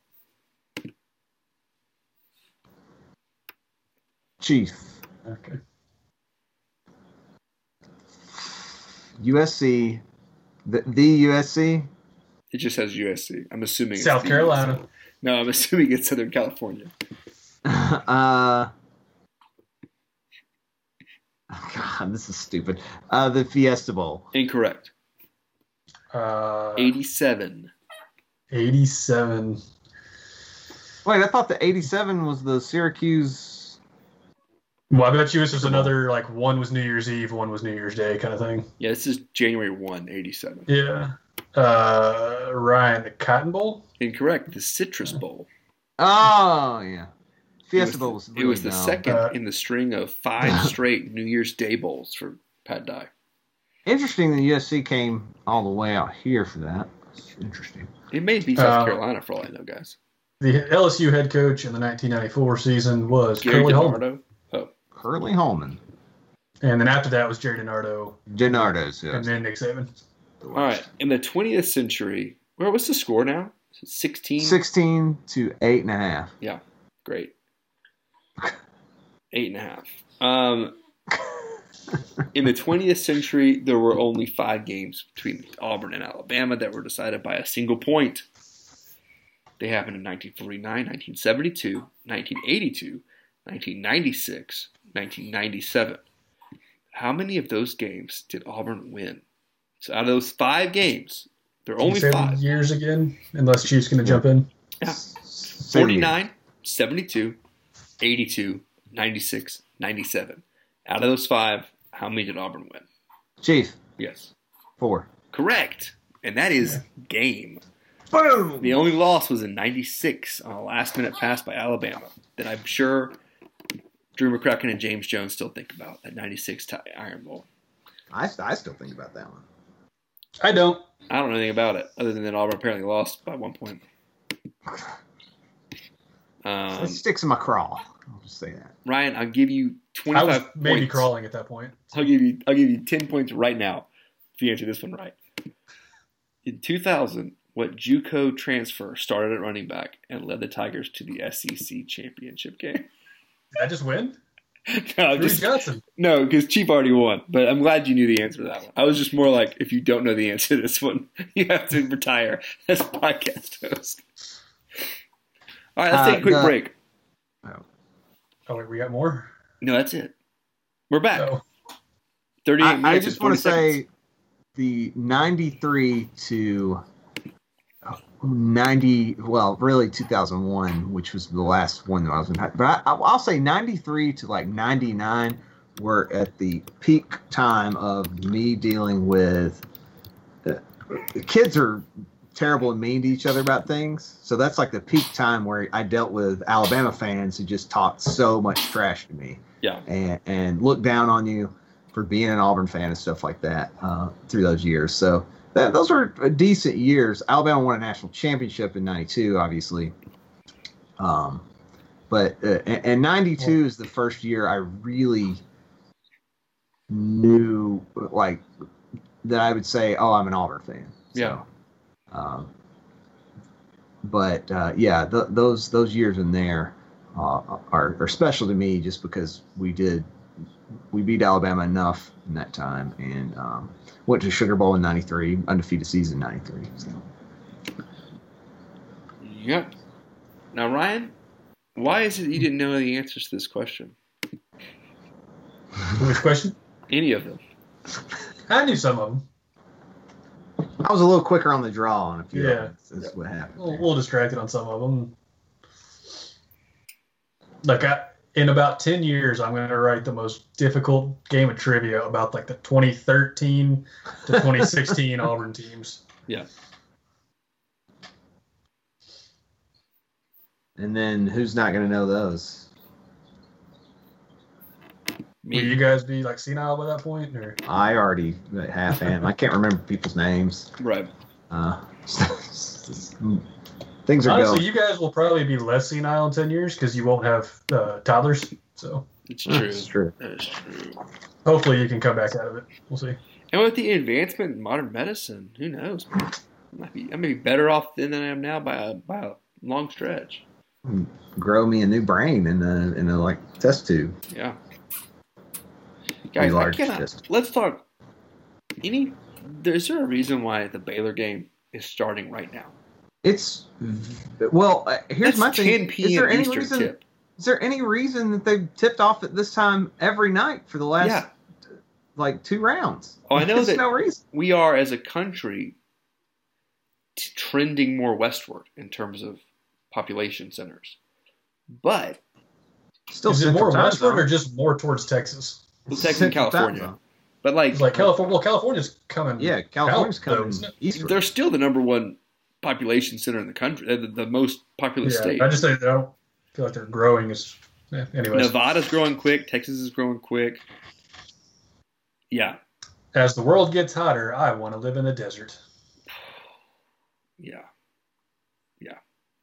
Speaker 2: Chief.
Speaker 3: Okay.
Speaker 2: USC. The, the USC.
Speaker 1: It just says USC. I'm assuming it's
Speaker 3: South
Speaker 1: the
Speaker 3: Carolina.
Speaker 1: USC. No, I'm assuming it's Southern California.
Speaker 2: uh, God, this is stupid. Uh, the Fiesta Bowl.
Speaker 1: Incorrect.
Speaker 3: Uh,
Speaker 1: 87.
Speaker 3: 87.
Speaker 2: Wait, I thought the '87 was the Syracuse.
Speaker 3: Well, I bet you this was another, like, one was New Year's Eve, one was New Year's Day kind of thing.
Speaker 1: Yeah, this is January 1, 87.
Speaker 3: Yeah. Uh, Ryan, the Cotton Bowl?
Speaker 1: Incorrect. The Citrus Bowl.
Speaker 2: Oh yeah, Fiesta
Speaker 1: it
Speaker 2: Bowl
Speaker 1: was,
Speaker 2: was.
Speaker 1: the-
Speaker 2: Really
Speaker 1: it was the
Speaker 2: dumb.
Speaker 1: second
Speaker 3: Uh,
Speaker 1: in the string of five straight New Year's Day bowls for Pat Dye.
Speaker 2: Interesting that USC came all the way out here for that. That's interesting.
Speaker 1: It may be South
Speaker 3: Uh,
Speaker 1: Carolina for all I know, guys.
Speaker 3: The LSU head coach in the 1994 season was
Speaker 1: Gary
Speaker 3: Curly Holman.
Speaker 1: DiNardo. Oh,
Speaker 2: Curly Holman,
Speaker 3: And then after that was Jerry DiNardo
Speaker 2: Donardo's. Yeah,
Speaker 3: and then Nick Saban.
Speaker 2: the
Speaker 1: all right.
Speaker 2: worst.
Speaker 1: In the 20th century, where was the score now? 16?
Speaker 2: Sixteen to eight and a half.
Speaker 1: Yeah, great. Eight and a half. Um, in the 20th century, there were only five games between Auburn and Alabama that were decided by a single point. They happened in 1949, 1972, 1982, 1996, 1997. How many of those games did Auburn win? So out of those five games, there are
Speaker 3: Can you
Speaker 1: only
Speaker 3: say the
Speaker 1: five.
Speaker 3: years again, unless Chief's going to jump in.
Speaker 1: Yeah.
Speaker 2: Same year.
Speaker 1: 49, 72, 82, 96, 97. Out of those five, how many did Auburn win?
Speaker 2: Chief
Speaker 1: Yes.
Speaker 2: four.
Speaker 1: Correct. And that is game.
Speaker 2: Boom.
Speaker 1: The only loss was in 96 on a last minute pass by Alabama that I'm sure Drew McCracken and James Jones still think about that 96 tie Iron Bowl.
Speaker 2: I, I still think about that one.
Speaker 3: I don't.
Speaker 1: I don't know anything about it other than that Auburn apparently lost by one point. Um,
Speaker 2: it sticks in my craw. I'll just say that.
Speaker 1: Ryan, I'll give you
Speaker 3: I
Speaker 1: 25
Speaker 3: was maybe
Speaker 1: points.
Speaker 3: crawling at that point.
Speaker 1: I'll give you I'll give you ten points right now if you answer this one right. In 2000, what JUCO transfer started at running back and led the Tigers to the SEC championship game?
Speaker 3: Did I just win?
Speaker 1: no, I'm
Speaker 3: Drew
Speaker 1: just-
Speaker 3: Johnson.
Speaker 1: no, because Chief already won. But I'm glad you knew the answer to that one. I was just more like, if you don't know the answer to this one, you have to retire as a podcast host. All right, let's
Speaker 2: Uh,
Speaker 1: take a quick
Speaker 2: the-
Speaker 1: break.
Speaker 3: Oh, wait, we got more?
Speaker 1: No, that's it. We're back.
Speaker 3: Oh.
Speaker 1: 38 minutes.
Speaker 2: I, I just want to
Speaker 1: say.
Speaker 2: say the 93 to 90, well, really 2001, which was the last one that I was in. But I, I'll say 93 to like 99 were at the peak time of me dealing with the kids are terrible and mean to each other about things. So that's like the peak time where I dealt with Alabama fans who just talked so much trash to me
Speaker 1: Yeah.
Speaker 2: and, and look down on you for being an Auburn fan and stuff like that uh, through those years. So that, those were decent years. Alabama won a national championship in '92, obviously. Um, but uh, and, and 92 is the first year I really knew like that I would say, oh, I'm an Auburn fan.
Speaker 1: Yeah.
Speaker 2: So, um, but uh, yeah, th- those those years in there uh, are are special to me just because we did we beat Alabama enough in that time and um, went to Sugar Bowl in '93, undefeated season '93. So.
Speaker 1: Yep. Now, Ryan, why is it you didn't know the answers to this question?
Speaker 3: Which question?
Speaker 1: Any of them?
Speaker 3: I knew some of them.
Speaker 2: I was a little quicker on the draw on a few.
Speaker 3: Yeah.
Speaker 2: Yeah, that's what happened.
Speaker 3: A little distracted on some of them. Like I, in about ten years, I'm going to write the most difficult game of trivia about like the 2013 to 2016 Auburn teams.
Speaker 2: And then who's not going to know those?
Speaker 3: Will you guys be like senile by that point? Or
Speaker 2: I already half am. I can't remember people's names.
Speaker 1: Right.
Speaker 2: Uh, things are
Speaker 3: honestly,
Speaker 2: going.
Speaker 3: you guys will probably be less senile in ten years because you won't have uh, toddlers. So
Speaker 1: It's true.
Speaker 2: It's true.
Speaker 1: That is true.
Speaker 3: hopefully you can come back out of it. We'll see.
Speaker 1: And with the advancement in modern medicine, who knows? I might be, I may be better off then than I am now by a, by a long stretch.
Speaker 2: Grow me a new brain in a in a like test tube.
Speaker 1: Yeah. Guys, I
Speaker 2: large
Speaker 1: cannot.
Speaker 2: fist.
Speaker 1: Let's talk. Any? Is there a reason why the Baylor game is starting right now?
Speaker 2: It's well. uh,
Speaker 1: That's
Speaker 2: Here's my
Speaker 1: 10
Speaker 2: thing. Is there
Speaker 1: p.m.
Speaker 2: any
Speaker 1: Eastern
Speaker 2: reason?
Speaker 1: tip.
Speaker 2: Is there any reason that they've tipped off at this time every night for the last
Speaker 1: Yeah.
Speaker 2: like two rounds?
Speaker 1: Oh, I know
Speaker 2: There's
Speaker 1: that-
Speaker 2: no reason.
Speaker 1: We are, as a country, t- trending more westward in terms of population centers. But
Speaker 2: Still
Speaker 3: Is it
Speaker 2: Central
Speaker 3: more
Speaker 2: Time
Speaker 3: westward
Speaker 2: Zone.
Speaker 3: or just more towards Texas?
Speaker 1: Well, Texas and
Speaker 2: Central Time
Speaker 1: California.
Speaker 2: Zone.
Speaker 1: But like,
Speaker 3: It's like California. Well, California's coming.
Speaker 2: Yeah, California's
Speaker 3: out, though,
Speaker 2: coming
Speaker 3: isn't it?
Speaker 2: eastward.
Speaker 1: they're still the number one population center in the country, They're the, the most populous
Speaker 3: Yeah,
Speaker 1: state.
Speaker 3: I just say that I don't feel like they're growing as. eh, Anyways,
Speaker 1: Nevada's growing quick. Texas is growing quick. Yeah,
Speaker 3: as the world gets hotter, I want to live in the desert.
Speaker 1: yeah, yeah.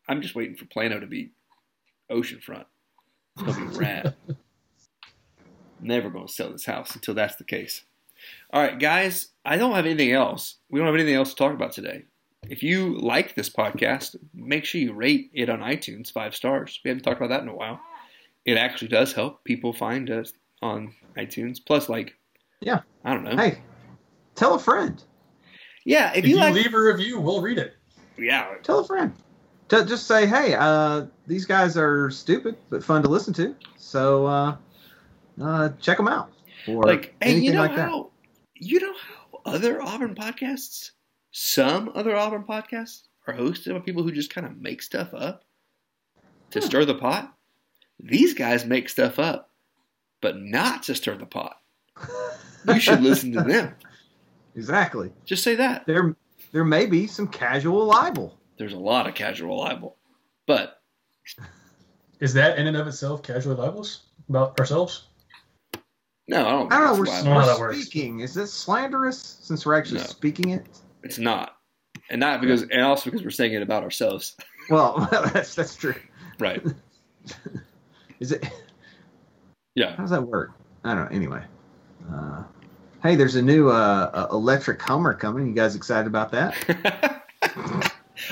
Speaker 1: I'm just waiting for Plano to be oceanfront. It's gonna be rad. Never gonna sell this house until that's the case. All right, guys. I don't have anything else. We don't have anything else to talk about today. If you like this podcast, make sure you rate it on iTunes five stars. We haven't talked about that in a while. It actually does help people find us on iTunes. Plus, like,
Speaker 2: Yeah.
Speaker 1: I don't know.
Speaker 2: Hey, tell a friend.
Speaker 1: Yeah, if,
Speaker 3: If
Speaker 1: you,
Speaker 3: you,
Speaker 1: like,
Speaker 3: leave a review, we'll read it.
Speaker 1: yeah,
Speaker 2: Tell a friend. Ju- just say, hey, uh, these guys are stupid but fun to listen to. So uh, uh, check them out. Or
Speaker 1: like hey,
Speaker 2: anything
Speaker 1: you know
Speaker 2: like that.
Speaker 1: how you know how other Auburn podcasts, some other Auburn podcasts are hosted by people who just kind of make stuff up to stir the pot. These guys make stuff up, but not to stir the pot. You should listen to them.
Speaker 2: Exactly.
Speaker 1: Just say that.
Speaker 2: There, there may be some casual libel.
Speaker 1: There's a lot of casual libel, but
Speaker 3: Is that in and of itself casually libelous about ourselves?
Speaker 1: no, I don't.
Speaker 2: I don't know.
Speaker 1: think
Speaker 2: We're,
Speaker 1: it's
Speaker 3: I don't know
Speaker 1: libel.
Speaker 3: how
Speaker 2: we're
Speaker 3: that works.
Speaker 2: speaking. Is this slanderous since we're actually
Speaker 1: No.
Speaker 2: speaking it?
Speaker 1: It's not, and not because, and also because we're saying it about ourselves,
Speaker 2: Well, that's that's true.
Speaker 1: right?
Speaker 2: Is it?
Speaker 1: Yeah.
Speaker 2: How does that work? I don't know. Anyway, uh, hey, there's a new uh, uh, electric Hummer coming. You guys excited about that?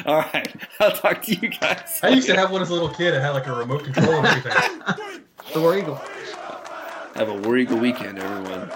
Speaker 1: All right, I'll talk to you guys.
Speaker 3: I used to have one as a little kid. It had like a remote control and everything.
Speaker 2: Thor Eagle.
Speaker 1: Have a War Eagle weekend, everyone.